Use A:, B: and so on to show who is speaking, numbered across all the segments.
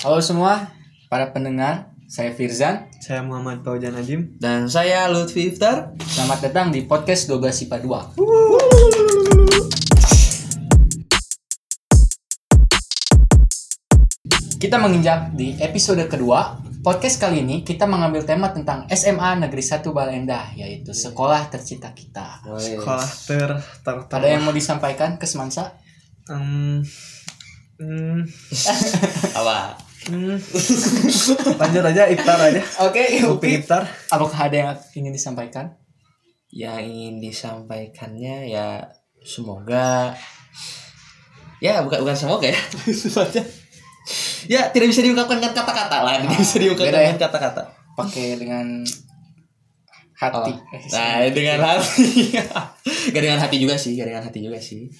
A: Halo semua para pendengar, saya Firzan.
B: Saya Muhammad Paujan Najim.
C: Dan saya Lutfi Iftar.
A: Selamat datang di podcast 12 IPA 2. Kita menginjak di episode kedua. Podcast kali ini kita mengambil tema tentang SMA Negeri 1 Balenda, yaitu Sekolah Tercita Kita.
B: Sekolah ter ter ter-
A: Oh, Ada yang mau disampaikan ke Semansa?
B: Em, em,
C: Apa?
B: em. lanjut aja iftar aja.
A: Oke,
B: Kopi
A: Upi.
B: iftar.
A: Apakah ada yang ingin disampaikan?
C: Yang ingin disampaikannya ya semoga ya bukan bukan semoga ya. Semoga. ya tidak bisa diungkapkan dengan kata-kata lah, tidak bisa diungkapkan
A: beda ya.
C: dengan kata-kata.
A: Pakai dengan hati. Eh,
C: Nah, dengan hati. gak dengan hati juga sih, gak dengan hati juga sih.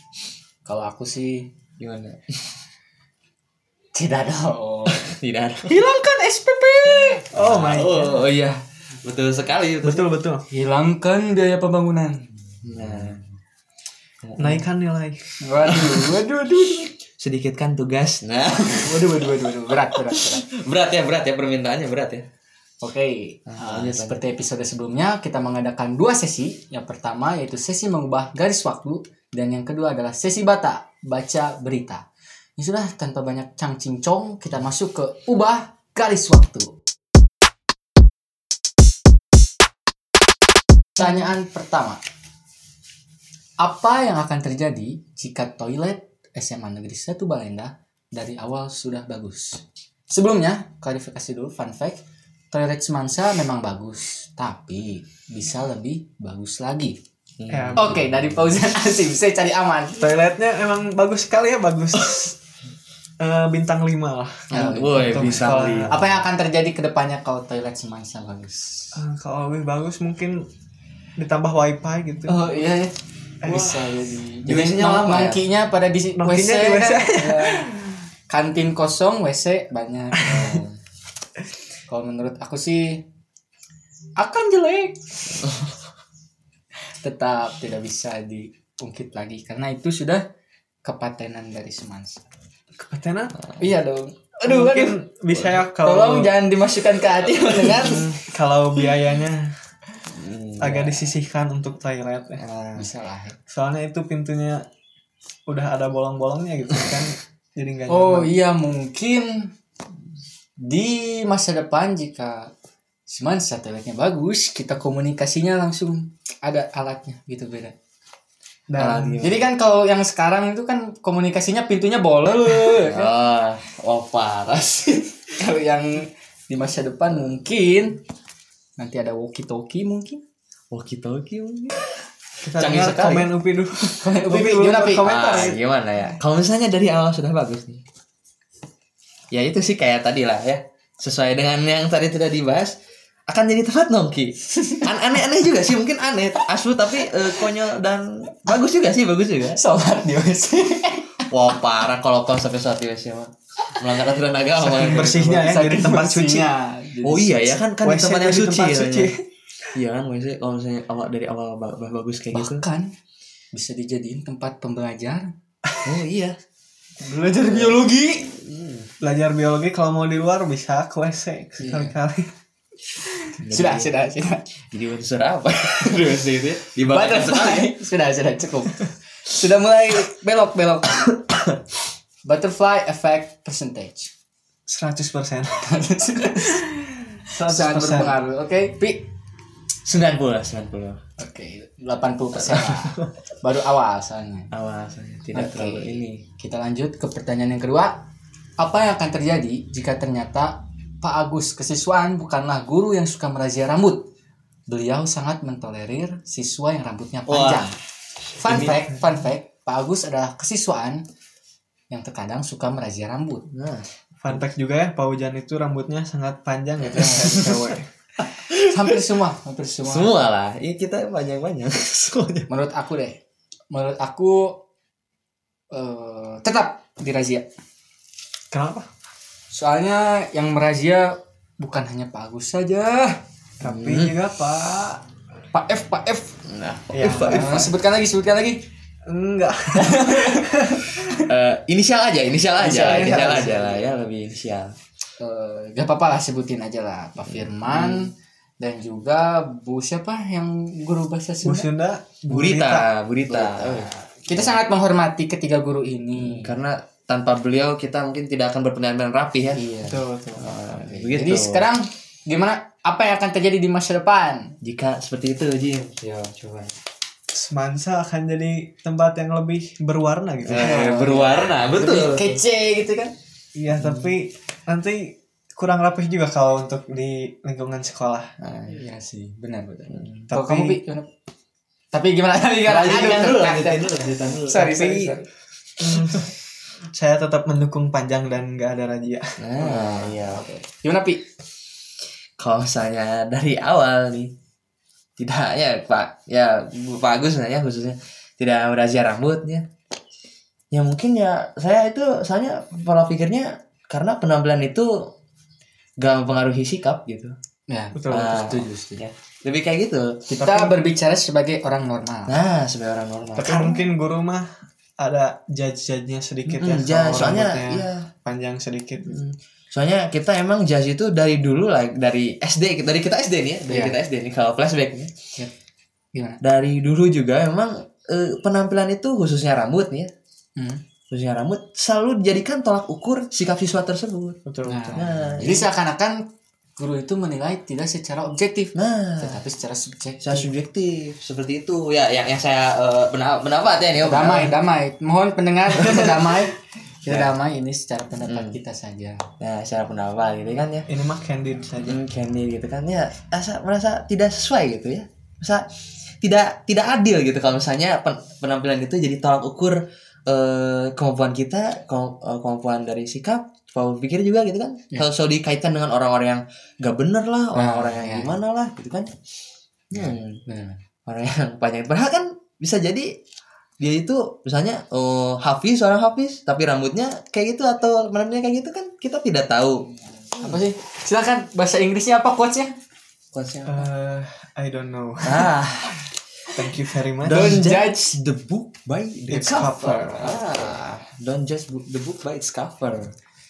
A: Kalau aku sih
C: Gimana?
A: tidak dong.
C: Tidak. ada.
A: Hilangkan SPP.
B: Oh my.
C: Oh, oh iya. Betul sekali,
B: Betul
C: betul.
B: betul.
A: Hilangkan biaya pembangunan.
C: Nah,
B: Naikkan nilai.
A: Waduh, waduh, waduh, waduh.
C: sedikitkan tugas. Nah,
A: Waduh, waduh, waduh, waduh. Berat, berat, berat.
C: berat ya, berat ya permintaannya berat ya.
A: Oke,
C: Ah,
A: eh, seperti episode sebelumnya, kita mengadakan dua sesi. Yang pertama yaitu sesi mengubah garis waktu, dan yang kedua adalah sesi bata, baca berita. Ini sudah tanpa banyak cang cincong, kita masuk ke ubah garis waktu. Pertanyaan pertama. Apa yang akan terjadi jika toilet SMA Negeri 1 Balenda dari awal sudah bagus? Sebelumnya, klarifikasi dulu fun fact. Toilet Semansa memang bagus, tapi bisa lebih bagus lagi.
B: Ya,
A: Oke, dari Fauzan Asim, saya cari aman.
B: Toiletnya emang bagus sekali ya bagus. Eh, bintang 5 lah.
A: Nah,
C: Woi,
B: Untuk
C: bisa
B: sekolah.
C: beli.
A: Apa yang akan terjadi ke depannya kalau toilet Semansa bagus?
B: Eh, kalau lebih bagus mungkin ditambah wifi gitu.
A: Oh iya, iya. bisa jadi. Jadi
C: Durasinya
A: nong-
C: lama ya?
A: nongkinya pada di WC.
B: Nongkinya di WC.
A: kan? Iya. Kantin kosong, WC banyak. Oh. Kalau menurut aku sih akan jelek. Tetap tidak bisa diungkit lagi karena itu sudah kepatenan dari Semansa.
B: Kepatenan.
A: Iya dong. Aduh,
B: mungkin
A: aduh.
B: bisa ya
A: Tolong
B: kalau
A: jangan dimasukkan ke hati mendengar.
B: Hmm, kalau biayanya
C: Hmm,
A: ya.
B: agak disisihkan untuk toilet ya.
C: nah.
A: Bisa lah.
B: soalnya itu pintunya udah ada bolong-bolongnya gitu kan jadi nggak
A: Oh
B: nyaman.
A: iya mungkin di masa depan jika Siman satelitnya bagus, kita komunikasinya langsung ada alatnya gitu beda.
B: dan
A: Alat. Jadi kan kalau yang sekarang itu kan komunikasinya pintunya bolol.
B: Iya.
A: kan?
C: Ah, oh parah sih.
A: kalau yang di masa depan mungkin nanti ada walkie talkie mungkin.
C: Walkie talkie mungkin.
B: kita
C: canggih
B: dengar
C: sekali.
B: komen upi dulu
A: Komen Upi,
B: belum
A: gimana, Pi?
B: berkomentar
C: Ah,
B: ya.
C: gimana ya? Kalau misalnya dari awal sudah bagus nih. Ya itu sih kayak tadi lah ya. Sesuai dengan yang tadi sudah dibahas akan jadi tempat nongki. An- Aneh-aneh juga sih mungkin aneh asu tapi eh, konyol dan bagus juga sih bagus juga.
A: Sholat di WC.
C: Wah parah kalau kau sampai saat ini sih mah melanggar aturan agama. Gitu.
B: Saking bersihnya ya
A: Saking
B: dari tempat suci
A: bersihnya.
C: Oh iya ya kan kan di
B: WC
C: tempat yang
B: jadi
C: suci.
B: tempat
C: ya,
B: suci.
C: ya. Iya kan maksudnya kalau misalnya awal dari awal ba- ba- bagus kayak gitu.
A: Bahkan bisa dijadiin tempat pembelajaran.
C: Oh iya.
A: Belajar biologi.
B: belajar biologi kalau mau di luar bisa ke
A: Iya.
B: WC sekali-kali
A: Sudah, sudah, sudah.
C: Jadi unsur apa? Aduh, unsur itu ya. Dibatalkan sekali.
A: Butterfly. sudah, sudah cukup. Sudah mulai belok, belok. Butterfly effect percentage.
B: 100% persen
A: Sangat berpengaruh. Oke, pi.
C: 90 90.
A: Oke, 80 persen. Baru awal soalnya.
C: Awas, tidak
A: Oke.
C: terlalu ini.
A: Kita lanjut ke pertanyaan yang kedua. Apa yang akan terjadi jika ternyata Pak Agus kesiswaan bukanlah guru yang suka merazia rambut? Beliau sangat mentolerir siswa yang rambutnya panjang. Fun
C: Ini-
A: fact, fun fact, Pak Agus adalah kesiswaan yang terkadang suka merazia rambut.
C: Nah,
B: fun fact juga ya Pak Ujan itu rambutnya sangat panjang
A: Iya.
B: gitu ya kayak cewek
A: Hampir semua, hampir semua.
C: semua lah. Ini kita banyak-banyak semuanya.
A: Menurut aku deh, menurut aku eh, tetap dirazia.
B: kenapa
A: Soalnya yang merazia bukan hanya Pak Agus saja.
B: tapi
A: Hmm.
B: juga Pak
A: Pak F, Pak F.
C: Nah,
B: Ya.
A: Eh, sebutkan lagi, sebutkan lagi.
B: enggak
C: eh, inisial aja, inisial aja,
A: Inisial,
C: inisial,
A: inisial,
C: aja
A: inisial.
C: lah ya, lebih inisial.
A: eh, gak apa-apa lah sebutin aja lah Pak Firman dan juga Bu siapa yang guru bahasa Sunda.
B: Bu Sunda, Bu Rita.
C: Burita, Burita. oh.
A: Kita sangat menghormati ketiga guru ini.
C: Karena tanpa beliau kita mungkin tidak akan berpenampilan rapi ya. Oh, gitu.
A: Iya.
B: Betul, betul.
C: Begitu.
A: Jadi sekarang gimana apa yang akan terjadi di masa depan?
C: jika seperti itu Jim. Yo, coba.
B: Semansa akan jadi tempat yang lebih berwarna gitu.
C: Eh, berwarna, betul.
A: Lebih kece gitu kan.
B: Iya, tapi nanti kurang rapih juga kalau untuk di lingkungan sekolah.
A: Ah, iya sih, benar benar.
C: Hmm.
A: Kalau
B: Tapi-
A: kamu Bi, gimana? Tapi gimana tadi kan?
C: Lanjutkan dulu, Iya, lanjutin dulu, lanjutin dulu.
A: Sorry, sorry,
B: Tapi-
A: sorry.
B: Saya tetap mendukung panjang dan gak ada razia.
C: Nah, iya, oke.
A: Gimana Pi?
C: Kalau saya dari awal nih tidak ya Pak ya Bu- Pak Agus lah ya khususnya tidak merazia rambutnya ya mungkin ya saya itu soalnya pola pikirnya karena penampilan itu gak mempengaruhi sikap gitu
A: Ya,
B: Betul,
C: betul,
A: setuju, setuju.
C: ya lebih kayak gitu
A: Kita berbicara sebagai orang normal.
C: nah sebagai orang
A: Oh.
C: normal
B: Tapi mungkin guru mah ada judge-judge-nya sedikit ya.
C: Hmm,
B: kalau
C: ja- soalnya
B: rambutnya
C: iya
B: panjang sedikit.
C: Hmm. Soalnya kita emang jazz itu dari dulu lah dari SD dari kita SD nih ya, dari
A: Iya.
C: kita SD nih kalau flashback nih.
A: Gimana?
C: Dari dulu juga emang eh, penampilan itu khususnya rambut nih ya.
A: Hmm.
C: Khususnya rambut selalu dijadikan tolak ukur sikap siswa tersebut.
B: Betul,
A: Nah,
B: betul.
C: Nah,
A: jadi seakan-akan guru itu menilai tidak secara objektif,
C: Nah,
A: tetapi secara subjektif.
C: secara subjektif seperti itu ya yang yang saya eh, bena- pendapat ya nih. oh,
A: damai
C: pendapat.
A: damai mohon pendengar kita damai kita damai ini secara pendapat
C: Ya. Hmm.
A: kita saja
C: Nah, secara pendapat gitu kan ya.
B: Ini mah candid saja.
C: Hmm, Candy gitu kan ya asa merasa tidak sesuai gitu ya merasa tidak tidak adil gitu kalau misalnya pen- penampilan itu jadi tolak ukur eh, kemampuan kita ke- eh, kemampuan dari sikap pola pikir juga gitu kan
A: Ya.
C: kalau selalu dikaitkan dengan orang-orang yang gak bener lah orang-orang yang
A: ya.
C: gimana lah gitu kan Hmm,
A: benar
C: orang yang banyak padahal kan bisa jadi dia itu misalnya oh Hafiz orang Hafiz tapi rambutnya kayak gitu atau rambutnya kayak gitu kan kita tidak tahu
A: apa sih silakan bahasa Inggrisnya apa quotesnya
C: Coachnya-
B: Eh, I don't know.
C: ah
B: Thank you very much.
A: Don't
C: Don't
A: judge
C: judge the book by the
B: Its
C: cover.
B: cover.
C: Ah, don't judge book- the book by its cover.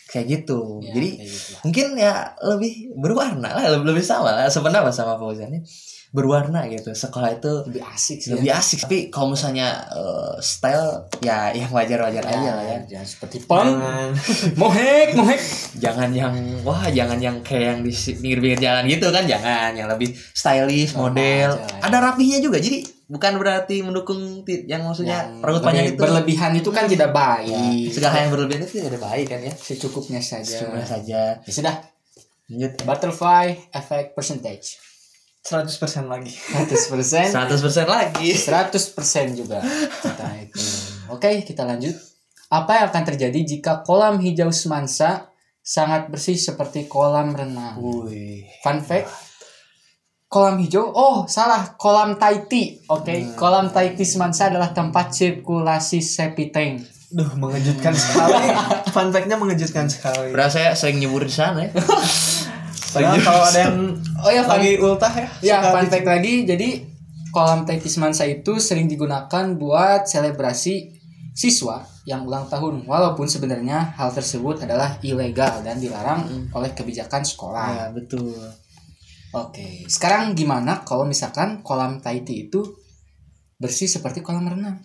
C: Kayak gitu.
A: Ya,
C: Jadi
A: kayak gitu lah.
C: mungkin ya lebih berwarna lah, lebih, lebih sama lah sebenarnya sama Fauzan ini. Berwarna gitu. Sekolah itu
A: lebih asik sih
C: lebih asik. Ya, Tapi kalau misalnya eh, style ya yang wajar-wajar aja lah ya. Nah.
A: jangan seperti punk
B: Jangan-
A: mohek mohek
C: Jangan yang wah, jangan yang kayak yang di si- pinggir-pinggir jalan gitu kan, jangan yang lebih stylish,
A: Normal
C: model.
A: aja lah ya.
C: Ada rapihnya juga. Jadi bukan berarti mendukung ti- yang maksudnya
A: Yang Nah,
C: rambut
A: lebih-
C: panjang ya, itu
A: berlebihan itu kan tidak
C: Ya,
A: baik
C: segala hal yang berlebihan itu tidak baik kan ya
A: secukupnya saja
C: cuma saja
A: ya sudah
C: lanjut
A: butterfly effect percentage
B: 100% lagi.
C: Kan
A: 100%
C: 100% lagi
A: 100% juga kita itu. Oke, kita lanjut. Apa yang akan terjadi jika kolam hijau semansa sangat bersih seperti kolam renang?
C: Wih.
A: Fun fact. Kolam hijau, oh salah, kolam Taiti. Oke, kolam Taiti semansa adalah tempat sirkulasi septic tank.
B: Duh,
A: Hmm.
B: mengejutkan sekali. Fun fact-nya mengejutkan sekali.
C: Padahal saya sering nyebur di sana ya.
B: Padahal kalau ada yang
A: Oh ya, fun,
B: lagi ultah ya.
A: ya,
B: suka
A: fun
B: di-
A: fact lagi. Jadi kolam Taiti semansa itu sering digunakan buat selebrasi siswa yang ulang tahun walaupun sebenarnya hal tersebut adalah ilegal dan dilarang oleh kebijakan sekolah.
C: Ya, betul.
A: Oke, sekarang gimana kalau misalkan kolam Taiti itu bersih seperti kolam renang?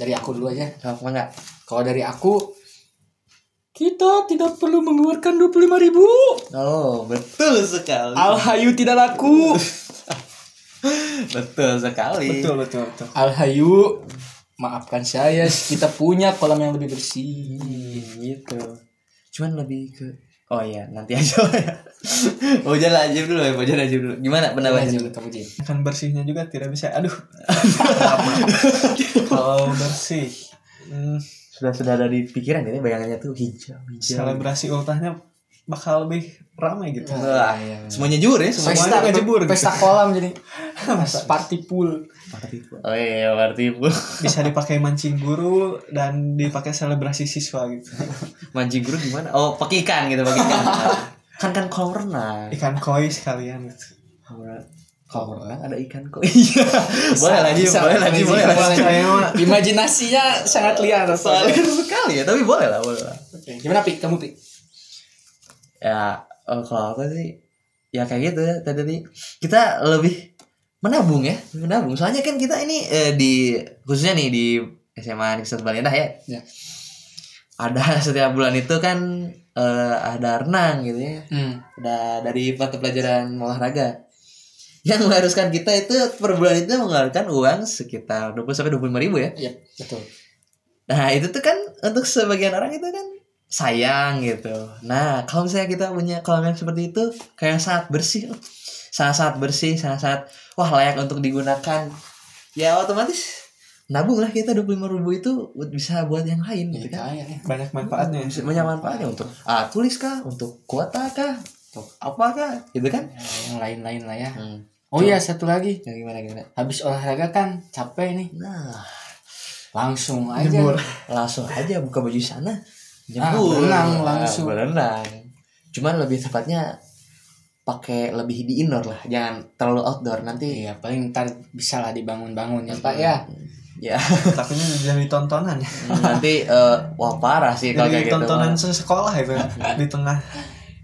A: Dari aku dulu aja.
C: Apa enggak?
A: Kalau dari aku kita tidak perlu mengeluarkan 25.000 ribu.
C: Oh, betul sekali.
A: Alhayu tidak laku.
C: betul sekali.
B: Betul, betul, betul.
A: Alhayu, maafkan saya, kita punya kolam yang lebih bersih.
C: Hmm, gitu. Cuman lebih ke Oh iya, nanti aja lah ya. Bojan lah, Jim dulu ya, Bojan aja dulu. Gimana
A: Gimana
C: pendapatnya?
A: Jin, kamu, Jin?
B: Kan bersihnya juga tidak bisa. Aduh. kalau bersih.
C: Iya.
B: hmm,
C: Sudah sudah ada di pikiran ya, ini bayangannya tuh hijau, hijau.
B: selebrasi ultahnya bakal lebih ramai gitu.
C: Wah, semuanya jujur ya, semuanya.
A: Pesta,
B: ngejebur gitu.
A: pesta kolam jadi party pool.
C: Oh iya, berarti Bu.
B: Bisa dipakai mancing guru dan dipakai selebrasi siswa gitu.
C: mancing guru gimana? Oh, pakai ikan gitu, pakai ikan. kan kan kolam renang.
A: Eh,
B: Ikan koi sekalian gitu.
C: Kolam renang- Kolam renang ada ikan kok. Iya. boleh lagi,
A: Bisa,
C: boleh lagi,
A: bisa,
C: boleh
A: boleh.
C: lagi.
B: Saya mah
A: Imajinasinya sangat liar.
C: Soalnya sekali ya, tapi boleh lah, boleh lah.
A: Oke, Gimana Pi? Kamu Pi?
C: ya eh, kalau aku sih ya kayak gitu ya tadi kita lebih menabung ya menabung soalnya kan kita ini eh, di khususnya nih di SMA Universitas Bali Endah ya,
A: Ya.
C: ada setiap bulan itu kan eh, ada renang gitu ya
A: Hmm.
C: ada dari mata pelajaran olahraga yang mengharuskan kita itu per bulan itu mengeluarkan uang sekitar 20 sampai 25 ribu ya.
A: Iya, betul.
C: Nah, itu tuh kan untuk sebagian orang itu kan sayang gitu. Nah, kalau misalnya kita punya kolam yang seperti itu kayak sangat bersih, uh, sangat-sangat bersih, sangat-sangat wah layak untuk digunakan. Ya otomatis nabung lah kita 25 ribu itu buat- bisa buat yang lain
A: Iya,
C: gitu kan.
A: kaya, ya.
B: banyak manfaatnya
C: Iya, Bisa banyak manfaatnya untuk ah, tulis kah, untuk kuota kah, untuk apa kah gitu kan.
A: Yang lain-lain lah ya.
C: Hmm.
A: Oh iya, satu lagi.
C: Ya, gimana gimana?
A: Habis olahraga kan capek nih.
C: Nah,
A: Langsung aja.
B: Jemur.
C: langsung aja buka baju sana.
A: Ah,
C: Jemur.
A: berenang
C: Ah,
A: langsung.
C: Berenang. Cuman lebih tepatnya pakai lebih di indoor lah, jangan terlalu outdoor nanti.
A: Iya, paling ntar bisa lah dibangun-bangun ya, Pak ya.
C: Ya,
B: takutnya jadi tontonan ya
C: nanti eh, wah parah sih Iya, kalau
B: jadi
C: kayak gitu.
B: tontonan sekolah itu di tengah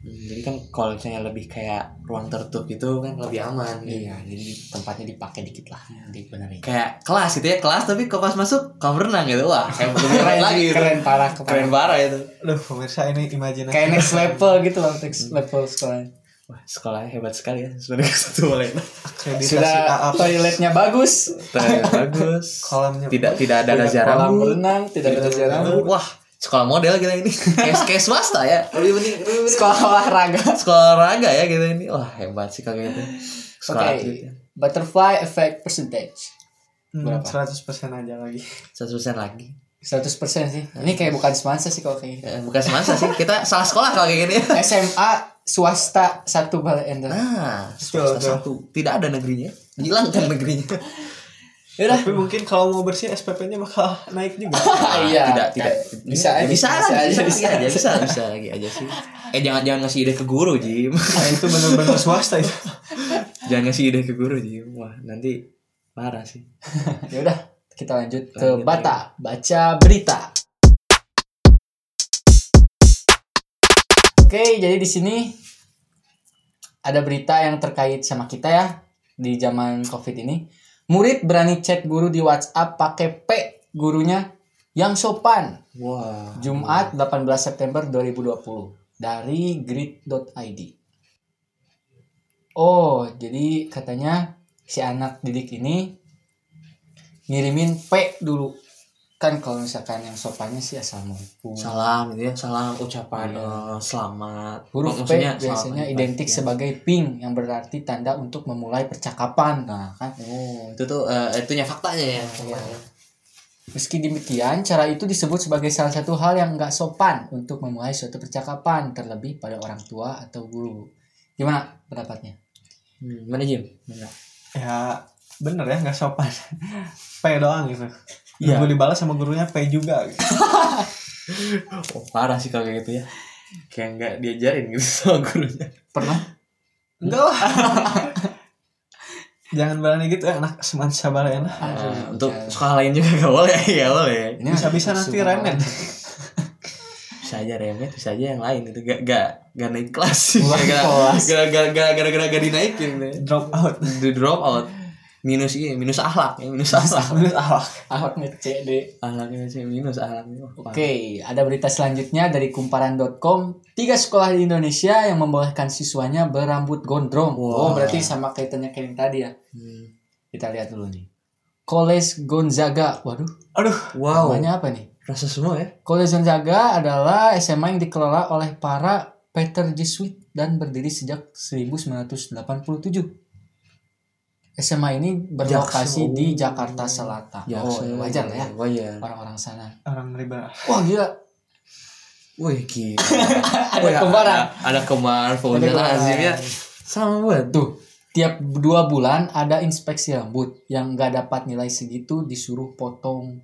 C: Hmm, Jadi kan kalau misalnya lebih kayak ruang tertutup gitu kan lebih aman.
A: Iya, jadi tempatnya dipakai dikit lah. Dibenerin.
C: Kayak kelas gitu ya, kelas tapi kok pas masuk kolam renang gitu. Wah, kayak bener lagi. gitu.
A: keren parah keren.
C: Keren parah itu.
B: Loh pemirsa ini imajinasi
A: Kayak next level gitu loh, next level sekolah.
C: Wah, sekolahnya hebat sekali ya. Sebenarnya satu boleh.
B: akreditasi
A: Sudah
B: AA
A: toiletnya bagus,
C: bagus.
B: kolamnya
C: tidak tidak ada
B: Tidak
C: razia
A: kolam
C: rambut.
A: renang, tidak ada jalan.
C: Wah, sekolah model kita ini. Kayak kayak swasta ya. Lebih penting lebih penting.
A: Sekolah olahraga.
C: sekolah olahraga ya kita ini. Wah, hebat sih kalau gitu.
A: Oke.
C: Sekolah atlet ya.
A: Butterfly effect percentage.
B: Hmm,
A: Berapa?
B: 100% aja lagi
C: 100% lagi.
A: 100% sih. Ini kayak bukan semansa sih kalau kayak gitu.
C: Eh, Bukan semasa sih, kita salah sekolah kalau kayak gini.
A: SMA swasta satu Bali Endah.
C: Nah,
B: Betul,
C: swasta
B: betul.
C: satu. Tidak ada negerinya. Dihilangkan negerinya.
A: Yaudah.
B: tapi mungkin kalau mau bersih SPP-nya bakal naik juga
A: Ah, iya.
C: Nah, tidak tidak Ya,
A: Bisa aja.
C: bisa lagi, bisa, lagi
A: bisa
C: aja
A: aja.
C: bisa bisa lagi aja sih eh jangan jangan ngasih ide ke guru Jim
B: nah, itu benar-benar swasta itu
C: jangan ngasih ide ke guru Jim wah nanti parah sih
A: Yaudah, Ya kita lanjut ke
C: Lanjut
A: Bata, baca berita. Oke, jadi di sini ada berita yang terkait sama kita ya di zaman Covid ini. Murid berani chat guru di WhatsApp pakai P gurunya yang sopan.
C: wah
A: Jumat 18 September 2020 dari grid.id. Oh, jadi katanya si anak didik ini ngirimin P dulu. Kan kalau misalkan yang sopannya sih assalamualaikum.
C: salam gitu ya salam ucapan eh, selamat Oh,
A: Huruf P
C: Maksudnya,
A: biasanya
C: selamat,
A: identik
C: ya.
A: sebagai ping yang berarti tanda untuk memulai percakapan. Nah, kan
C: oh itu tuh eh, itunya faktanya ya
A: Meski demikian, cara itu disebut sebagai salah satu hal yang nggak sopan untuk memulai suatu percakapan, terlebih pada orang tua atau guru. Gimana pendapatnya?
C: Hmm, mana Jim Mana?
B: ya bener ya nggak sopan P doang gitu
A: Iya.
B: Nunggu dibalas sama gurunya P juga gitu.
C: oh parah sih kalau kayak gitu ya kayak nggak diajarin gitu sama gurunya
A: Pernah?
B: enggak lah jangan berani gitu ya anak seman sabar ya nah.
C: Eh, untuk sekolah lain juga gak boleh ya boleh
A: Ini
B: bisa-bisa
A: harus
B: nanti
A: semua
B: remen
C: bisa aja remet bisa aja yang lain itu gak gak gak naik kelas
A: Ulang
C: gak
A: kelas.
C: gak gak gak gak gak gak dinaikin ya.
B: drop out
C: di drop out minus ini minus ahlak ya minus ahlak
B: menurut awak
A: Ahok ngecek deh.
C: ahlaknya sih minus ahlaknya Wah,
A: Oke, ada berita selanjutnya dari kumparan.com. Tiga sekolah di Indonesia yang membolehkan siswanya berambut gondrong.
C: Wah.
A: Oh, berarti sama kaitannya kayak yang tadi ya.
C: Hmm.
A: Kita lihat dulu nih. College Gonzaga. Waduh,
B: aduh
C: wow
A: namanya apa nih?
C: rasa semua ya
A: College Gonzaga adalah SMA yang dikelola oleh para Peter Jesuit dan berdiri sejak 1987. SMA ini berlokasi
C: Jaksel.
A: di Jakarta Selatan. oh,
C: Jaksel,
A: wajar lah ya
C: wajar
A: orang-orang sana.
B: orang riba
A: Wah, gila.
C: wih gila
A: Ada
C: Wih,
A: kembaran.
C: ada
A: Ada
C: kembar Fauzan
A: kembaran.
C: Azim ya sama banget
A: Tuh, tiap dua bulan ada inspeksi rambut yang nggak dapat nilai segitu disuruh potong.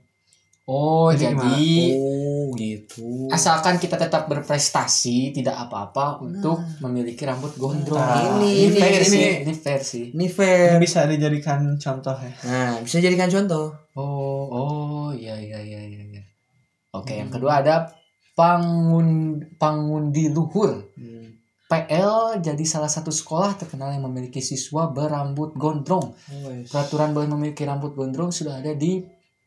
A: Oh,
B: Jadi
A: jadi,
C: oh gitu
A: asalkan kita tetap berprestasi tidak apa-apa untuk memiliki rambut gondrong.
B: Nah,
C: ini-
A: ini fair
C: ini-
A: sih,
C: ini-
A: ini fair sih.
C: ini
B: Ini
C: fair
B: bisa dijadikan contoh ya
C: nah bisa jadikan contoh
A: Oh, oh, iya iya iya iya. iya. Oke, yang kedua ada pangun pangundi luhur.
C: Hmm.
A: PL jadi salah satu sekolah terkenal yang memiliki siswa berambut gondrong.
C: Oh,
A: Peraturan boleh memiliki rambut gondrong sudah ada di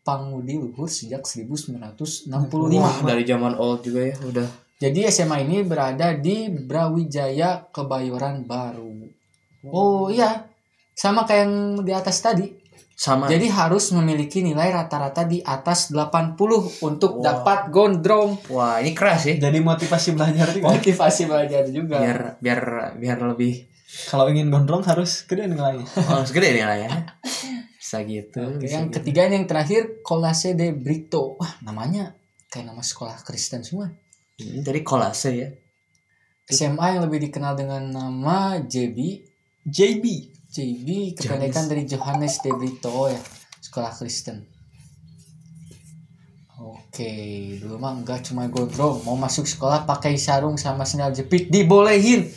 A: Pangudi Luhur sejak 1965.
C: Wah, dari zaman old juga ya udah.
A: Jadi SMA ini berada di Brawijaya, Kebayoran Baru. Oh iya, sama kayak yang di atas tadi.
C: Sama.
A: Jadi harus memiliki nilai rata-rata di atas 80 untuk
C: Wow.
A: dapat gondrong.
C: Wah, ini keras ya.
B: Jadi motivasi belajar juga.
A: Motivasi belajar juga.
C: Biar biar biar lebih
B: Kalau ingin gondrong harus gede nilainya.
C: harus gede nih lah ya. Bisa gitu.
A: Oke,
C: bisa
A: yang
C: gitu.
A: ketiga ini yang terakhir Kolase de Brito. Wah, namanya kayak nama sekolah Kristen semua.
C: Ini tadi kolase ya.
A: SMA yang lebih dikenal dengan nama JB.
B: JB.
A: JB kependekan dari Johannes de Brito ya, sekolah Kristen. Oke, dulu mah nggak cuma gondrong, mau masuk sekolah pakai sarung sama sandal jepit dibolehin.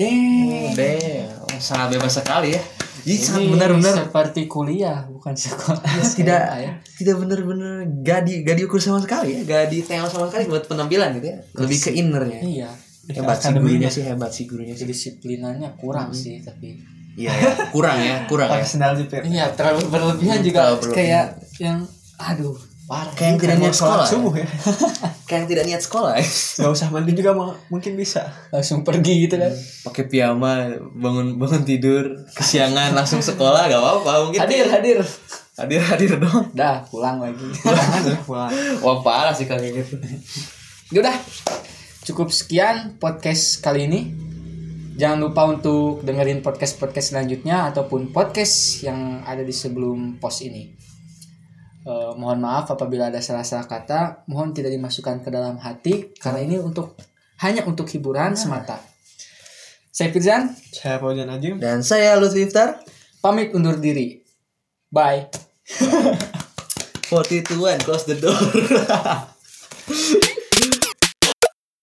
A: Deh.
C: Deh, Oh, sangat bebas sekali ya. Ini sangat
A: Ini
C: benar-benar Iya,
A: seperti kuliah, bukan sekolah.
C: tidak
A: SMA ya.
C: tidak benar-benar gak di gak diukur sama sekali ya, gak ditengok sama sekali buat penampilan gitu ya. Lebih ke innernya.
A: Iya,
C: Hebat sih gurunya sih, hebat sih gurunya sih.
A: kedisiplinannya
C: Hmm.
A: kurang sih tapi.
C: Iya, ya. kurang ya, kurang
B: Pakai
C: ya.
B: sendal jepit.
A: Iya, terlalu berlebihan juga
C: Hmm, Terlalu berlebihan.
A: kayak yang aduh, parah.
C: Kayak yang tidak
B: Mau
C: niat sekolah.
B: sholat subuh ya.
C: Kayak yang tidak niat sekolah. ya.
B: Gak usah mandi juga mau- mungkin bisa.
A: Langsung pergi gitu kan.
C: Pakai piyama, bangun bangun tidur, kesiangan langsung sekolah gak apa-apa mungkin.
A: Hadir, hadir.
C: hadir hadir dong.
A: Dah, pulang lagi.
B: Wah.
C: Wah parah sih kalau kayak gitu.
A: Ya udah cukup sekian podcast kali ini. Jangan lupa untuk dengerin podcast-podcast selanjutnya ataupun podcast yang ada di sebelum post ini. Eh, mohon maaf apabila ada salah-salah kata, mohon tidak dimasukkan ke dalam hati karena ini untuk hanya untuk hiburan semata. Saya Firzan,
B: Saya Paulian Ajim.
C: Dan saya Lutfi Iftar,
A: pamit undur diri. Bye.
C: 42 and close the door.